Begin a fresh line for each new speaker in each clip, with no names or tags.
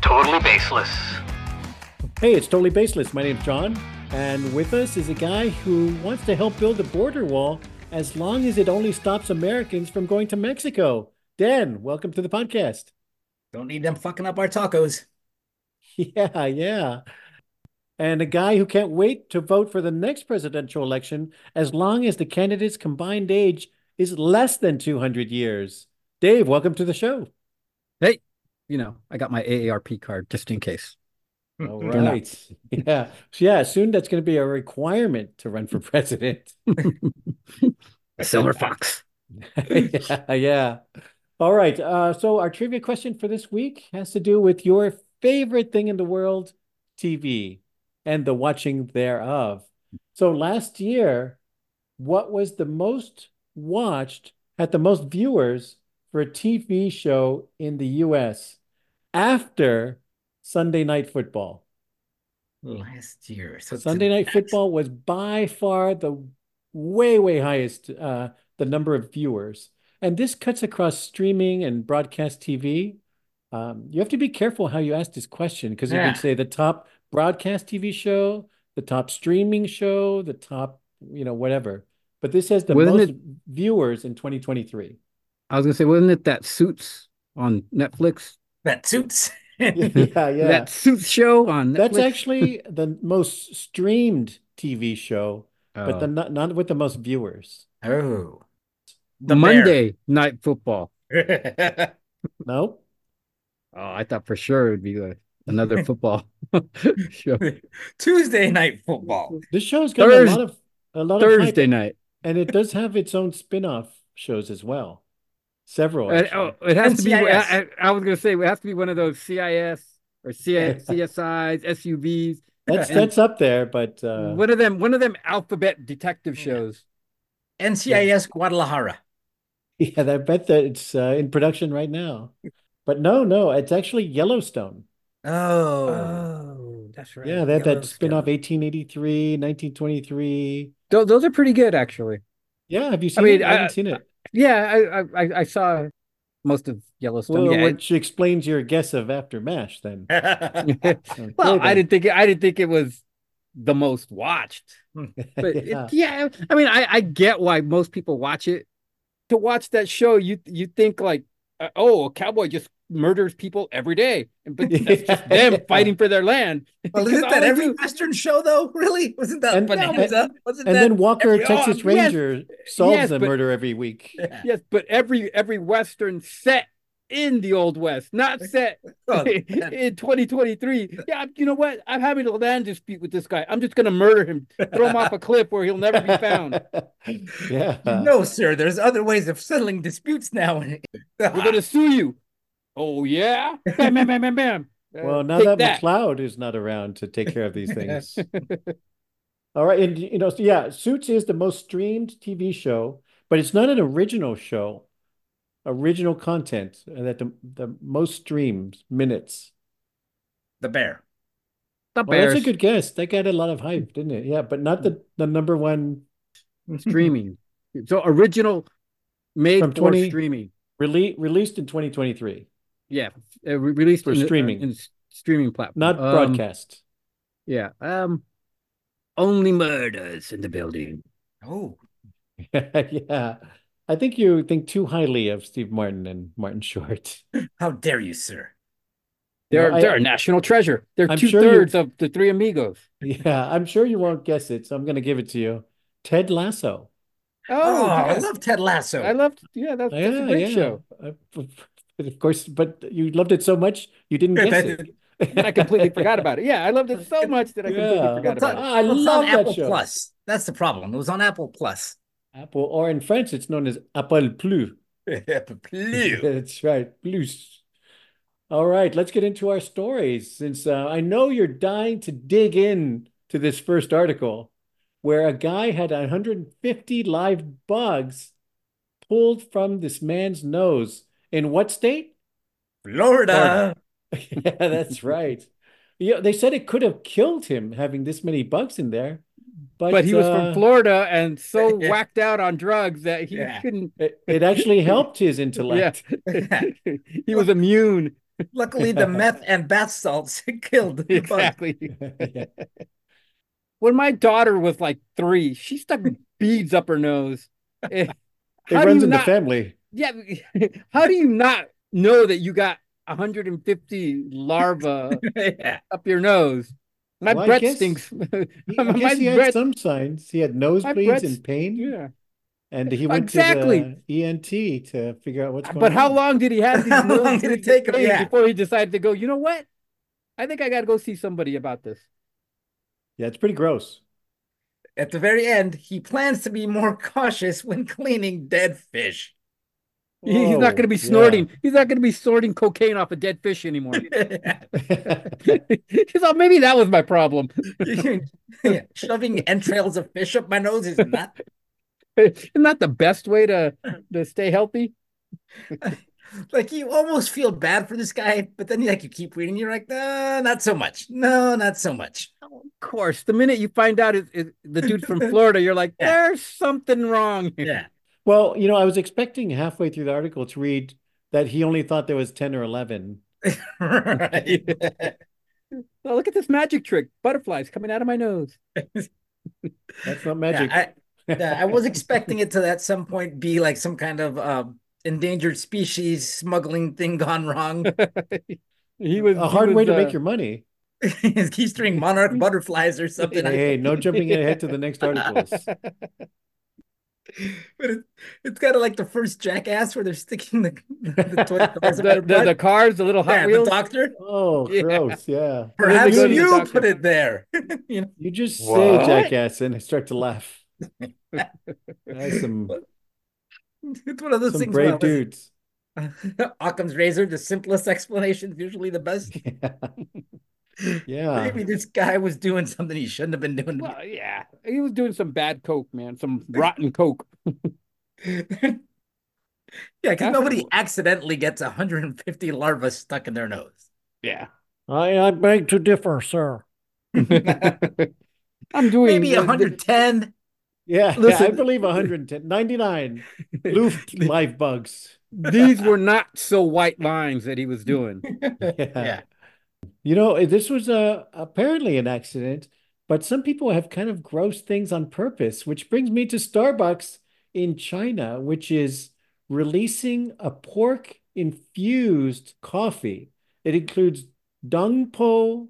totally baseless.
Hey, it's Totally Baseless. My name's John, and with us is a guy who wants to help build a border wall as long as it only stops Americans from going to Mexico. Dan, welcome to the podcast.
Don't need them fucking up our tacos.
Yeah, yeah. And a guy who can't wait to vote for the next presidential election as long as the candidate's combined age is less than 200 years. Dave, welcome to the show.
you know, I got my AARP card just in case.
All
They're not.
right. Yeah. Yeah. Soon that's going to be a requirement to run for president.
Silver Fox.
yeah, yeah. All right. Uh, so our trivia question for this week has to do with your favorite thing in the world, TV, and the watching thereof. So last year, what was the most watched, had the most viewers for a TV show in the US after Sunday Night Football?
Last year. So it's-
Sunday Night Football was by far the way, way highest, uh, the number of viewers. And this cuts across streaming and broadcast TV. Um, you have to be careful how you ask this question because you
Yeah.
can say the top broadcast TV show, the top streaming show, the top, you know, whatever. But this has the
Wasn't
most
it-
viewers in 2023.
I was gonna say, wasn't it that Suits on Netflix?
That suits.
Yeah, yeah.
That Suits show on Netflix.
That's actually the most streamed TV show, but the
Oh.
not, not with the most viewers.
oh.
Monday Night Football.
bear.
No?
Oh, I thought for sure it would be like another football show.
Tuesday night football.
This show's got a
Thurs-
lot of a lot of hype,
Thursday night.
and it does have its own spin-off shows as well. Several.
And-
actually.
oh, it has to be.
NCIS.
I, I- I was gonna say it has to be one of those CIS or CI, CSIs, SUVs.
that's
and-
that's up there, but uh,
one of them. One of them alphabet detective
Yeah.
shows.
NCIS Guadalajara.
yeah, I bet that it's uh, in production right now. But no, no, it's actually Yellowstone.
Oh.
that's
Yeah, they had that spin-off 1883, 1923.
Those, those are pretty good, actually.
Yeah, have you seen
mean,
it? I haven't
I-
seen it.
Yeah, I I- I, I saw most of Yellowstone.
Well,
yeah,
which explains your guess of after MASH then.
it-
Okay,
well, I
then.
didn't think it, I didn't think it was the most watched, but it-
Yeah.
yeah, I mean, I I get why most people watch it. To watch that show, you you think like, uh, oh, a cowboy just murders people every day, but that's just
Yeah.
them fighting for their land.
well,
Because
isn't
all
that
they
every
do-
Western show though? Really? Wasn't that
And-
Bonanza? Wasn't
And
that
then Walker,
every- oh,
Texas
yes,
Ranger, solves
yes,
a
but-
murder every week.
Yes, but every every western set in the old west, not set
Oh, man.
in 2023. Yeah, I'm- you know what? I'm having a land dispute with this guy. I'm just gonna murder him, throw him off a cliff where he'll never be found.
yeah.
Uh.
no, sir. There's other ways of settling disputes now.
We're gonna sue you. Oh yeah, bam, bam, bam, bam, bam. Uh,
Well, now
take
that, McLeod is not around to take care of these things. All right, and you know, so yeah, Suits is the most streamed TV show, but it's not an original show. Original content uh, that the the most streams minutes.
the bear.
the
Well, that's a
Bears
good guess. That got a lot of hype, didn't it? Yeah, but not the the number one
streaming. So original made
From
for
20
streaming.
release released in 2023,
Yeah, uh, re- released
For
in the- uh,
streaming.
in s- streaming platform,
not
Um,
broadcast.
Yeah, um, only murders in the building.
Oh,
Yeah. I think you think too highly of Steve Martin and Martin Short.
how dare you, sir?
They're
No, I-
they're a national treasure. They're
I'm
two
sure you-
thirds of the Three Amigos.
Yeah, I'm sure you won't guess it, so I'm going to give it to you. Ted Lasso.
Oh, I
yeah.
love Ted Lasso.
I loved. Yeah, that's, that's
Yeah,
a great
yeah.
show.
Uh, f- f- but of course, but you loved it so much you didn't
Yes,
guess
I
it.
And I completely forgot about it. Yeah, I loved it so much that I completely
Yeah.
forgot
Well,
about it.
Ah, I
Well, it's
love
on
that
Apple
show.
Plus. That's the problem. It was on Apple Plus.
Apple, or in French, it's known as Apple Plus. That's right, plus. All right, let's get into our stories since uh, I know you're dying to dig in to this first article where a guy had 150 live bugs pulled from this man's nose. In what state?
Florida.
Yeah, that's right. Yeah, they said it could have killed him having this many bugs in there, but
But he was from
uh,
Florida and so
yeah.
whacked out on drugs that he
Yeah.
couldn't.
it, it actually helped his intellect.
Yeah, he was immune.
Luckily, the meth and bath salts killed the bug.
Exactly.
Yeah.
When my daughter was like three, she stuck beads up her nose. Eh,
It
how do
runs
you
in the
not,
family.
yeah, how do you not know that you got 150 larvae
yeah.
up your nose? My
Well, I
breath
guess-
stinks.
He, I
My
guess he had
breath-
some signs. He had nosebleeds
breath's-
and pain,
yeah.
and he went to
Exactly.
the ENT to figure out what's going
But how
on.
long did he have these
How long
nose
did it
bleeds
take him?
pains
Yeah.
before he decided to go, you know what? I think I gotta go see somebody about this.
Yeah, it's pretty gross.
At the very end, he plans to be more cautious when cleaning dead fish.
He- He's
Whoa,
not gonna be
yeah.
snorting. He's not gonna be snorting cocaine off a dead fish anymore. He thought maybe that was my problem.
Yeah, Shoving entrails of fish up my nose is not.
Isn't that the best way to to stay healthy?
Like you almost feel bad for this guy, but then like you keep reading, you're like, no, not so much. No, not so much.
Of course, the minute you find out it, it, the dude's from Florida, you're like,
Yeah.
there's something wrong here.
Yeah.
Well, you know, I was expecting halfway through the article to read that he only thought there was 10 or 11.
Right.
Now Oh, look at this magic trick. Butterflies coming out of my nose.
That's not
Yeah,
magic.
I, yeah, I was expecting it to at some point be like some kind of uh, endangered species smuggling thing gone wrong.
He was uh,
A hard way to make
your
your money.
He's string monarch butterflies or something.
Hey, hey, no jumping ahead to the next articles.
But it, it's kind of like the first jackass where they're sticking the, the toy cars
the,
up their
the, the
butt.
cars, the little Hot
yeah, the
Wheels.
doctor.
Oh,
Yeah.
gross. Yeah.
And then they
Perhaps
go to the
you
doctor.
put it there. you know?
You just say
What?
jackass and I start to laugh. That's some
It's one of those
some
things.
brave
where I was-
dudes.
Occam's razor, the simplest explanation is usually the best.
Yeah.
Maybe this guy was doing something he shouldn't have been doing.
Well, yeah, he was doing some bad coke, man, some rotten coke.
yeah, because nobody accidentally gets 150 larvae stuck in their nose.
Yeah,
I, I beg to differ, sir.
I'm doing
Maybe 110.
Yeah, I
Listen-
believe 110, 99 loof live bugs.
These were not so white lines that he was doing.
Yeah.
Yeah.
You know, eh, this was a apparently an accident, but some people have kind of gross things on purpose, which brings me to Starbucks in China, which is releasing a pork infused coffee. It includes dung po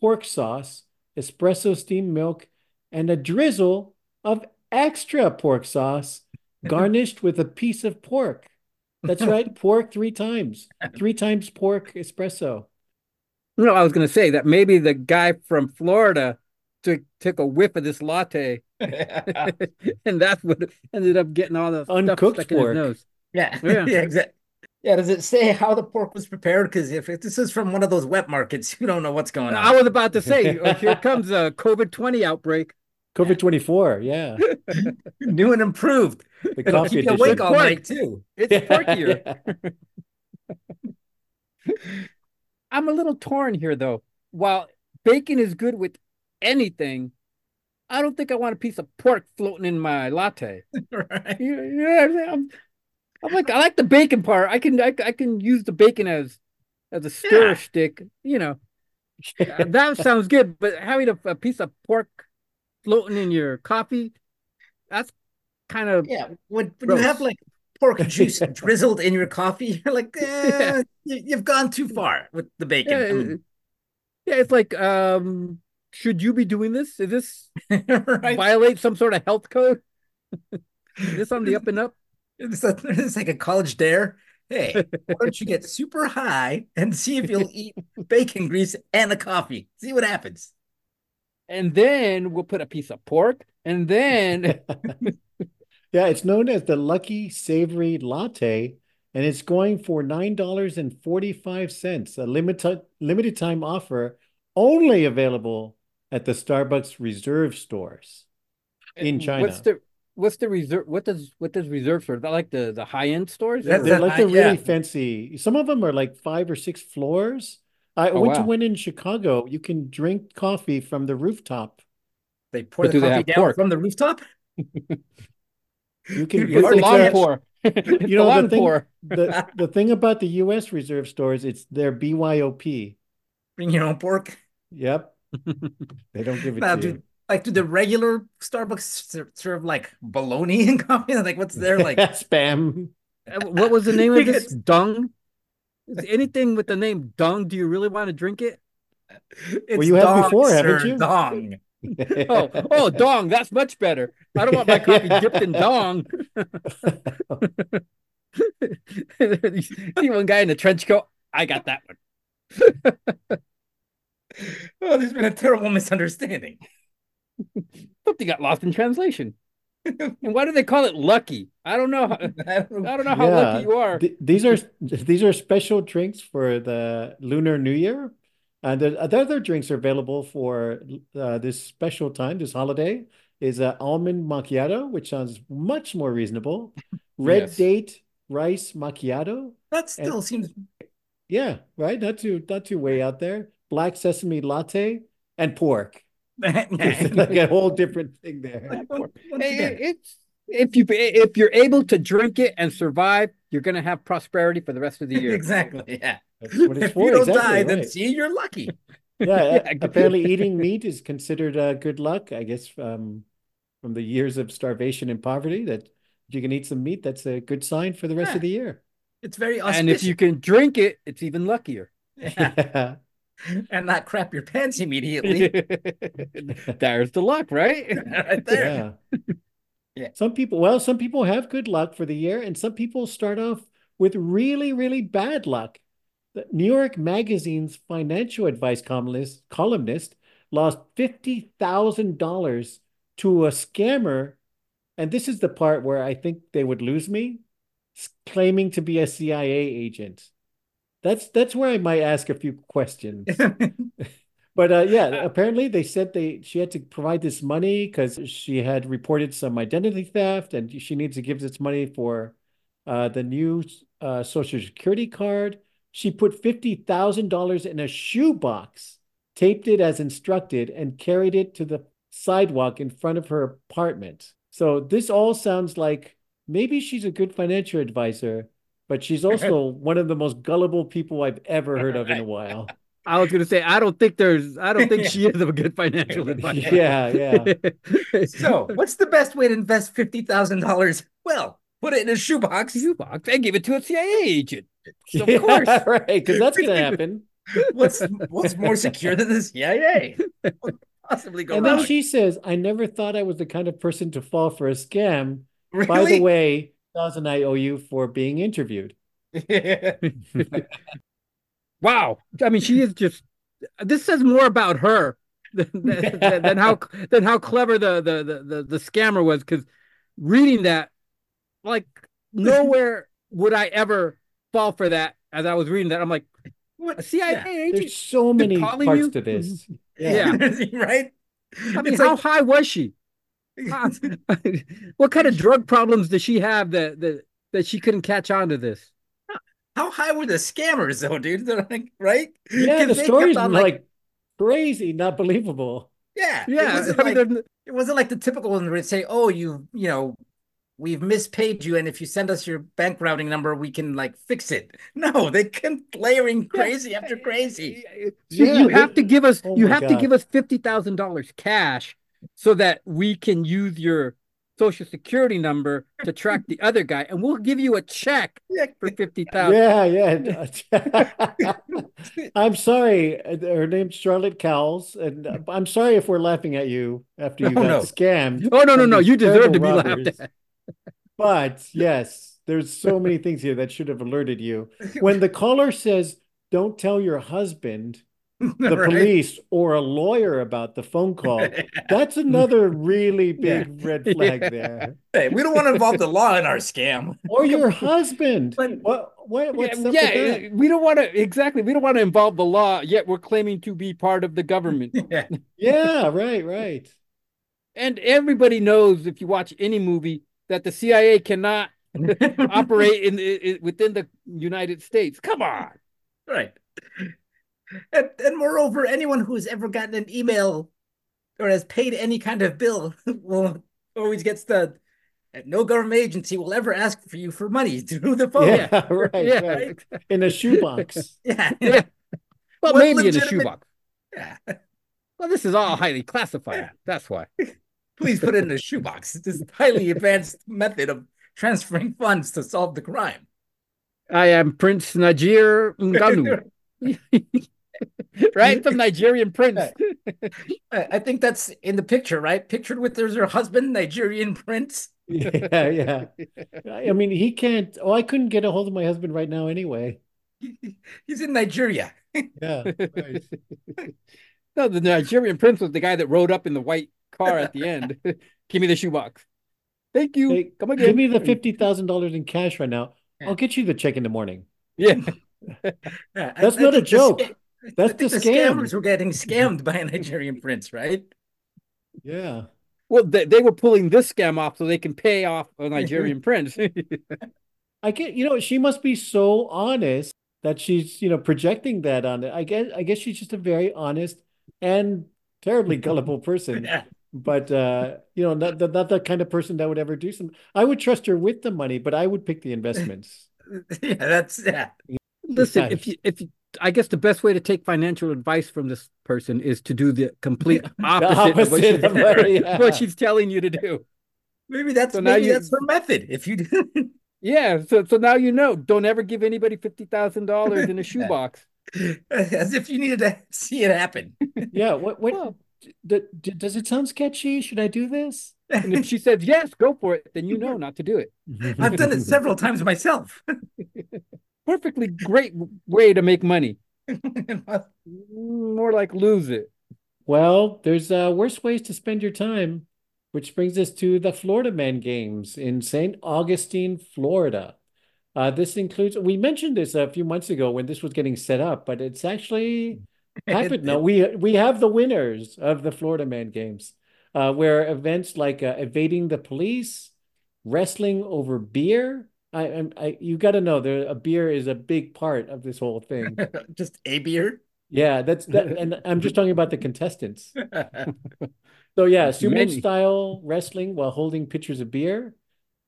pork sauce, espresso steamed milk, and a drizzle of extra pork sauce garnished with a piece of pork. That's right, pork three times. Three times pork espresso.
No, I was going to say that maybe the guy from Florida took took a whiff of this latte,
yeah.
and that's what ended up getting all the
Uncooked
stuff stuck in his
pork.
nose.
Yeah.
Yeah.
Exactly. Yeah. Does it say how the pork was prepared? Because if it- this is from one of those wet markets, you don't know what's going
I
on.
was about to say, oh, here comes a COVID twenty outbreak.
COVID 24, yeah.
New and improved.
The
It'll
coffee
keep you
edition.
awake all
Pork.
night too.
It's
Yeah,
porkier.
yeah.
I'm a little torn here though. While bacon is good with anything, I don't think I want a piece of pork floating in my latte.
Right.
You, you know what I'm saying? I'm, I'm like I like the bacon part. I can I, I can use the bacon as as a stir
Yeah.
stick. You know Uh, that sounds good, but having a, a piece of pork floating in your coffee, that's kind of
Yeah. When, when you have
Gross.
like pork juice drizzled in your coffee, you're like, eh, you, you've gone too far with the bacon. I mean,
yeah. It's like um, should you be doing this? Is this
right?
violate some sort of health code? Is this on the up and up?
It's, a, it's like a college dare. Hey, why don't you get super high and see if you'll eat bacon grease and a coffee? See what happens.
And then we'll put a piece of pork, and then
Yeah, it's known as the Lucky Savory Latte, and it's going for $9.45, a limited limited time offer only available at the Starbucks reserve stores in China.
What's the what's the reserve? What does what does reserve store? Is that like the the high end stores?
That's
or-
They're
the
like
high-
the really
yeah.
fancy. Some of them are like five or six floors. I
Oh,
went to
wow.
one in Chicago. You can drink coffee from the rooftop.
They pour
But
the
do they
coffee
have
down
pork?
from the rooftop.
You can
Dude,
you
It's
can
already
the lawn
catch-
catch-
pour. It's
You know,
the
the
lawn
thing-
pour.
the, the thing about the US reserve stores, it's their BYOP.
Bring your own pork.
Yep. They don't give it
Now,
to
do like do the regular Starbucks ser- serve like bologna and coffee? Like what's
you.
their like?
spam.
Uh, What was the name of this?
It's-
Dung? Is Anything with the name Dung, do you really want to drink it?
It's
you have
dong,
before, haven't
sir,
you?
Dong.
Oh, oh, Dong, that's much better. I don't want my coffee dipped in Dong. See one guy in a trench coat. I got that one.
Oh, there's been a terrible misunderstanding.
Something got lost in translation. And why do they call it lucky? I don't know. how-
I don't know.
I don't know how
Yeah.
lucky you are.
Th- These are these are special drinks for the Lunar New Year. And the, the other drinks are available for uh, this special time, this holiday, is uh, almond macchiato, which sounds much more reasonable. Red
Yes.
date rice macchiato.
That still seems
Yeah, right. Not too not too way out there. Black sesame latte and pork. It's like a whole different thing there.
Once
Hey,
again,
it's if you if you're able to drink it and survive, you're gonna have prosperity for the rest of the year.
Exactly. Yeah.
That's what it's
If
for.
you don't
exactly,
die, then
right.
see, you're lucky.
Yeah,
Yeah, good.
apparently eating meat is considered uh, good luck, I guess, um, from the years of starvation and poverty that if you can eat some meat, that's a good sign for the rest of
Yeah.
the year.
It's very auspicious.
And if you can drink it, it's even luckier.
Yeah. and not crap your pants immediately.
There's the luck, right?
right there.
Yeah.
Yeah.
Some people, well, some people have good luck for the year, and some people start off with really, really bad luck. The New York Magazine's financial advice columnist columnist lost $50,000 to a scammer, and this is the part where I think they would lose me, s- claiming to be a CIA agent. That's that's where I might ask a few questions. But uh, yeah, apparently they said they she had to provide this money because she had reported some identity theft, and she needs to give this money for uh, the new uh, Social Security card. She put fifty thousand dollars in a shoebox, taped it as instructed, and carried it to the sidewalk in front of her apartment. So this all sounds like maybe she's a good financial advisor, but she's also one of the most gullible people I've ever heard of in a while.
I was gonna say I don't think there's I don't think
Yeah.
she is a good financial advisor.
Yeah, yeah.
so, what's the best way to invest fifty thousand dollars? Well, put it in a shoebox.
shoebox and give it to a CIA agent. Of
Yeah,
course.
right? Because that's going to happen.
What's what's more secure than the CIA? What could possibly go
And then
wrong?
she says, "I never thought I was the kind of person to fall for a scam."
really?
By the way, thousand I owe you for being interviewed.
Wow. I mean, she is just this says more about her than, than, than how than how clever the the the the, the scammer was because reading that like nowhere would I ever fall for that as I was reading that I'm like a
what?
CIA
Yeah.
agent
There's so many
calling
parts
you?
to this.
Yeah.
right.
I mean
It's
how
like-
high was she How- what kind of drug problems does she have that that that she couldn't catch on to this
How high were the scammers though, dude? They're like, right?
Yeah,
'Cause
the
they kept
story's
on,
like, crazy, not believable.
yeah, It
yeah
wasn't
I mean,
like,
there's-
it wasn't like the typical one where would say, "Oh, you, you know, we've mispaid you, and if you send us your bank routing number, we can like fix it." No, they kept layering crazy after crazy.
So
Yeah,
you
it-
have to give us
oh
you
my
have to
God.
give us fifty thousand dollars cash so that we can use your social security number to track the other guy, and we'll give you a check
Yeah,
for fifty thousand.
Yeah, yeah. I'm sorry. uh, Her name's Charlotte Cowles, and uh, I'm sorry if we're laughing at you after you
No,
got
no.
scammed.
Oh no, no,
from
no!
these
You deserve to be
terrible
laughed
robbers.
at.
But yes, there's so many things here that should have alerted you. When the caller says, "Don't tell your husband, the
Right?
police, or a lawyer about the phone call," that's another really big red flag
Yeah.
there.
Hey, we don't want to involve the law in our scam.
Or your husband.
But-
What what what's
Yeah,
up
yeah,
with that?
we don't want to exactly. We don't want to involve the law yet. We're claiming to be part of the government,
Yeah.
Yeah, right, right.
and everybody knows if you watch any movie that the CIA cannot operate in, in within the United States. Come on.
Right. And, and moreover, anyone who has ever gotten an email or has paid any kind of bill will always gets the that no government agency will ever ask for you for money through the phone.
Yeah, right,
Yeah.
right. In a shoebox.
Yeah.
Yeah. Well,
What
maybe in a
legitimate-
shoebox.
Yeah.
Well, this is all highly classified. That's why.
Please put it in a shoebox. It's a highly advanced method of transferring funds to solve the crime.
I am Prince Najir Ngannou, right? Some Nigerian prince.
I I think that's in the picture, right? Pictured with there's her husband, Nigerian prince.
Yeah, yeah. I I mean, he can't. Oh, I couldn't get a hold of my husband right now anyway.
He's in Nigeria.
Yeah. right.
No, the Nigerian prince was the guy that rode up in the white car at the end. Give me the shoebox. Thank you.
Hey,
Come again.
Give me the $50,000 in cash right now.
Yeah.
I'll get you the check in the morning.
Yeah.
Yeah, Uh, I-
That's
I
not a
think the sca-
joke.
I
That's
think
the
the
scam.
scammers were getting scammed by a Nigerian prince, right?
Yeah.
Well, they, they were pulling this scam off so they can pay off a Nigerian prince.
I get, you know, she must be so honest that she's, you know, projecting that on it. I guess, I guess she's just a very honest and terribly gullible person.
Yeah.
But uh, you know, not the, not the kind of person that would ever do some. I would trust her with the money, but I would pick the investments.
yeah, that's yeah.
Listen,
Nice.
if you if you, I guess the best way to take financial advice from this person is to do the complete opposite, of what,
opposite
she's,
of what- yeah.
what she's telling you to do.
Maybe that's
So now
maybe
you-
that's her method. If you do,
Yeah, so so now you know. Don't ever give anybody fifty thousand dollars in a shoebox.
as if you needed to see it happen.
Yeah. What, what,
Well,
d- d- does it sound sketchy? Should I do this?
and if she says yes, go for it, then you know not to do it.
I've done it several times myself.
Perfectly great way to make money.
yeah,
More like lose it.
Well, there's uh, worse ways to spend your time, which brings us to the Florida Man Games in St. Augustine, Florida. Uh, this includes, we mentioned this a few months ago when this was getting set up, but it's actually happened now. We we have the winners of the Florida Man Games, uh, where events like uh, evading the police, wrestling over beer. I, I, I you got to know there a beer is a big part of this whole thing.
just a beer.
Yeah, that's that, and I'm just talking about the contestants. So yeah, sumo
Many.
style wrestling while holding pitchers of beer,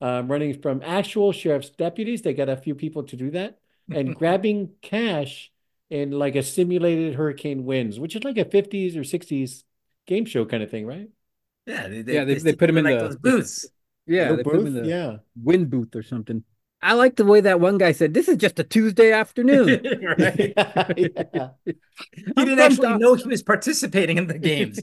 um, running from actual sheriff's deputies. They got a few people to do that, and grabbing cash in like a simulated hurricane winds, which is like a 50s or 60s game show kind of thing, right?
yeah, they,
Yeah, they- they put 'em in
like
the-
those booths.
Yeah,
Little
they put 'em in
booth,
the
yeah.
wind booth or something. I like the way that one guy said, "This is just a Tuesday afternoon."
right?
Yeah.
He
I'm
didn't
from
actually
Dal-
know he was participating in the games.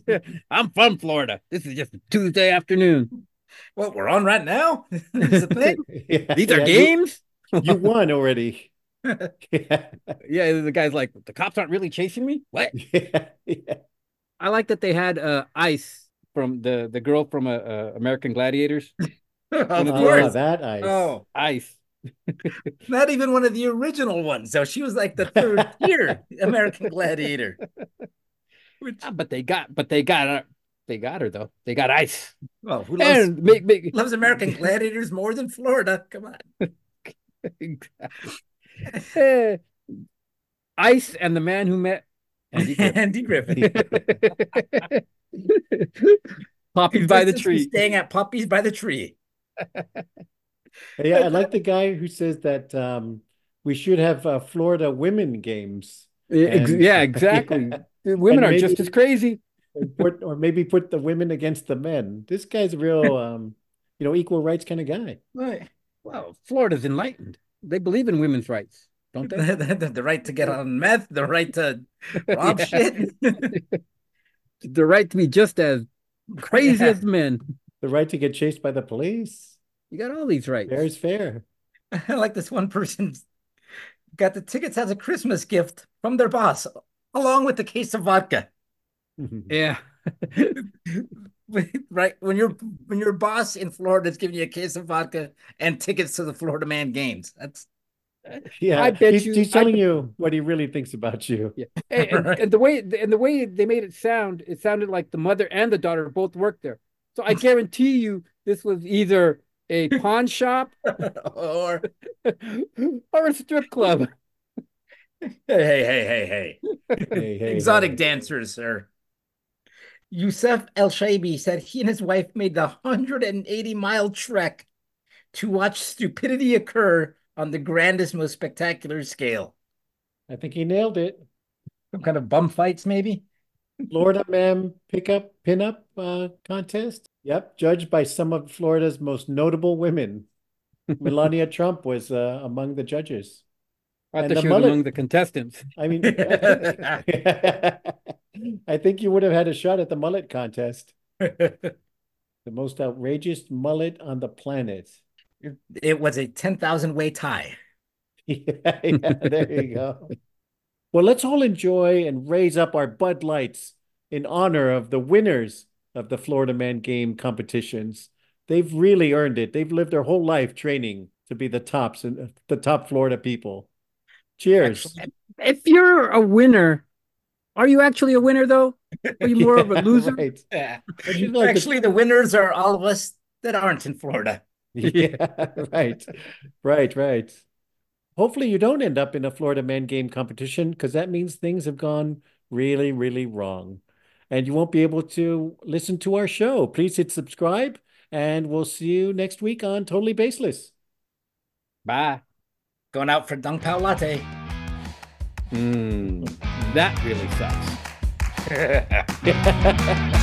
I'm from Florida. This is just a Tuesday afternoon.
what we're on right now is a thing.
Yeah,
These are
yeah, you-
games.
You won already. Yeah,
Yeah, the guy's like, the cops aren't really chasing me. What?
yeah, yeah.
I like that they had uh, Ice from the the girl from uh, uh, American Gladiators.
of
Ah,
Ah,
course.
that ice.
Oh,
Ice.
not even one of the original ones. So she was like the third tier American Gladiator. Which,
Ah, but they got, but they got her. They got her though. They got Ice.
well, who loves,
And make make
loves American Gladiators more than Florida? Come on.
Eh, Ice and the man who met Andy Griffith.
Andy Griffith.
Poppies by the
Consistency
tree.
Staying at Poppies by the tree.
Yeah, I like the guy who says that um, we should have uh, Florida women games.
Yeah, ex-
And-
yeah, exactly.
Yeah.
Dude, Women
And
are just
maybe-
as crazy.
Or put, or maybe put the women against the men. This guy's a real, um, you know, equal rights kind of guy.
Right.
Well, Florida's enlightened. They believe in women's rights, don't they?
The, the- the right to get on meth, the right to rob
Yeah.
shit.
The right to be just as crazy as men.
The right to get chased by the police.
You got all these rights.
Fair is fair.
I like this one person got the tickets as a Christmas gift from their boss, along with the case of vodka.
yeah.
Right when your when your boss in Florida is giving you a case of vodka and tickets to the Florida Man games, that's
Yeah,
I bet
he's,
you-
he's
I
telling
bet-
you what he really thinks about you.
And, and-
Right.
and the way and the way they made it sound, it sounded like the mother and the daughter both worked there. So I guarantee you this was either a pawn shop
or
or a strip club.
hey hey hey hey hey
Hey, hey,
exotic
hey.
dancers, sir. Youssef El Shaibi said he and his wife made the 180 mile trek to watch stupidity occur on the grandest, most spectacular scale.
I think he nailed it.
Some kind of bum fights, maybe?
Florida Man pickup pinup uh, contest. Yep, judged by some of Florida's most notable women. Melania Trump was uh, among the judges.
I
And
thought
the
she was
mullet-
among the contestants.
I mean, I think, I think you would have had a shot at the mullet contest,
it
the most outrageous mullet on the planet.
was a 10,000 way tie.
Yeah, yeah, there you go. Well, let's all enjoy and raise up our Bud Lights in honor of the winners of the Florida Man Game competitions. They've really earned it. They've lived their whole life training to be the tops and uh, the top Florida people. Cheers.
If you're a winner, are you actually a winner though? Are you more of a
Yeah,
loser?
right.
Yeah.
But you like to-
Actually, the winners are all of us that aren't in Florida.
Yeah, right. Right, right. Hopefully you don't end up in a Florida Man game competition because that means things have gone really, really wrong. And you won't be able to listen to our show. Please hit subscribe, and we'll see you next week on Totally Baseless.
Bye.
Going out for Dunk Pao Latte.
Hmm. That really sucks.
Mm.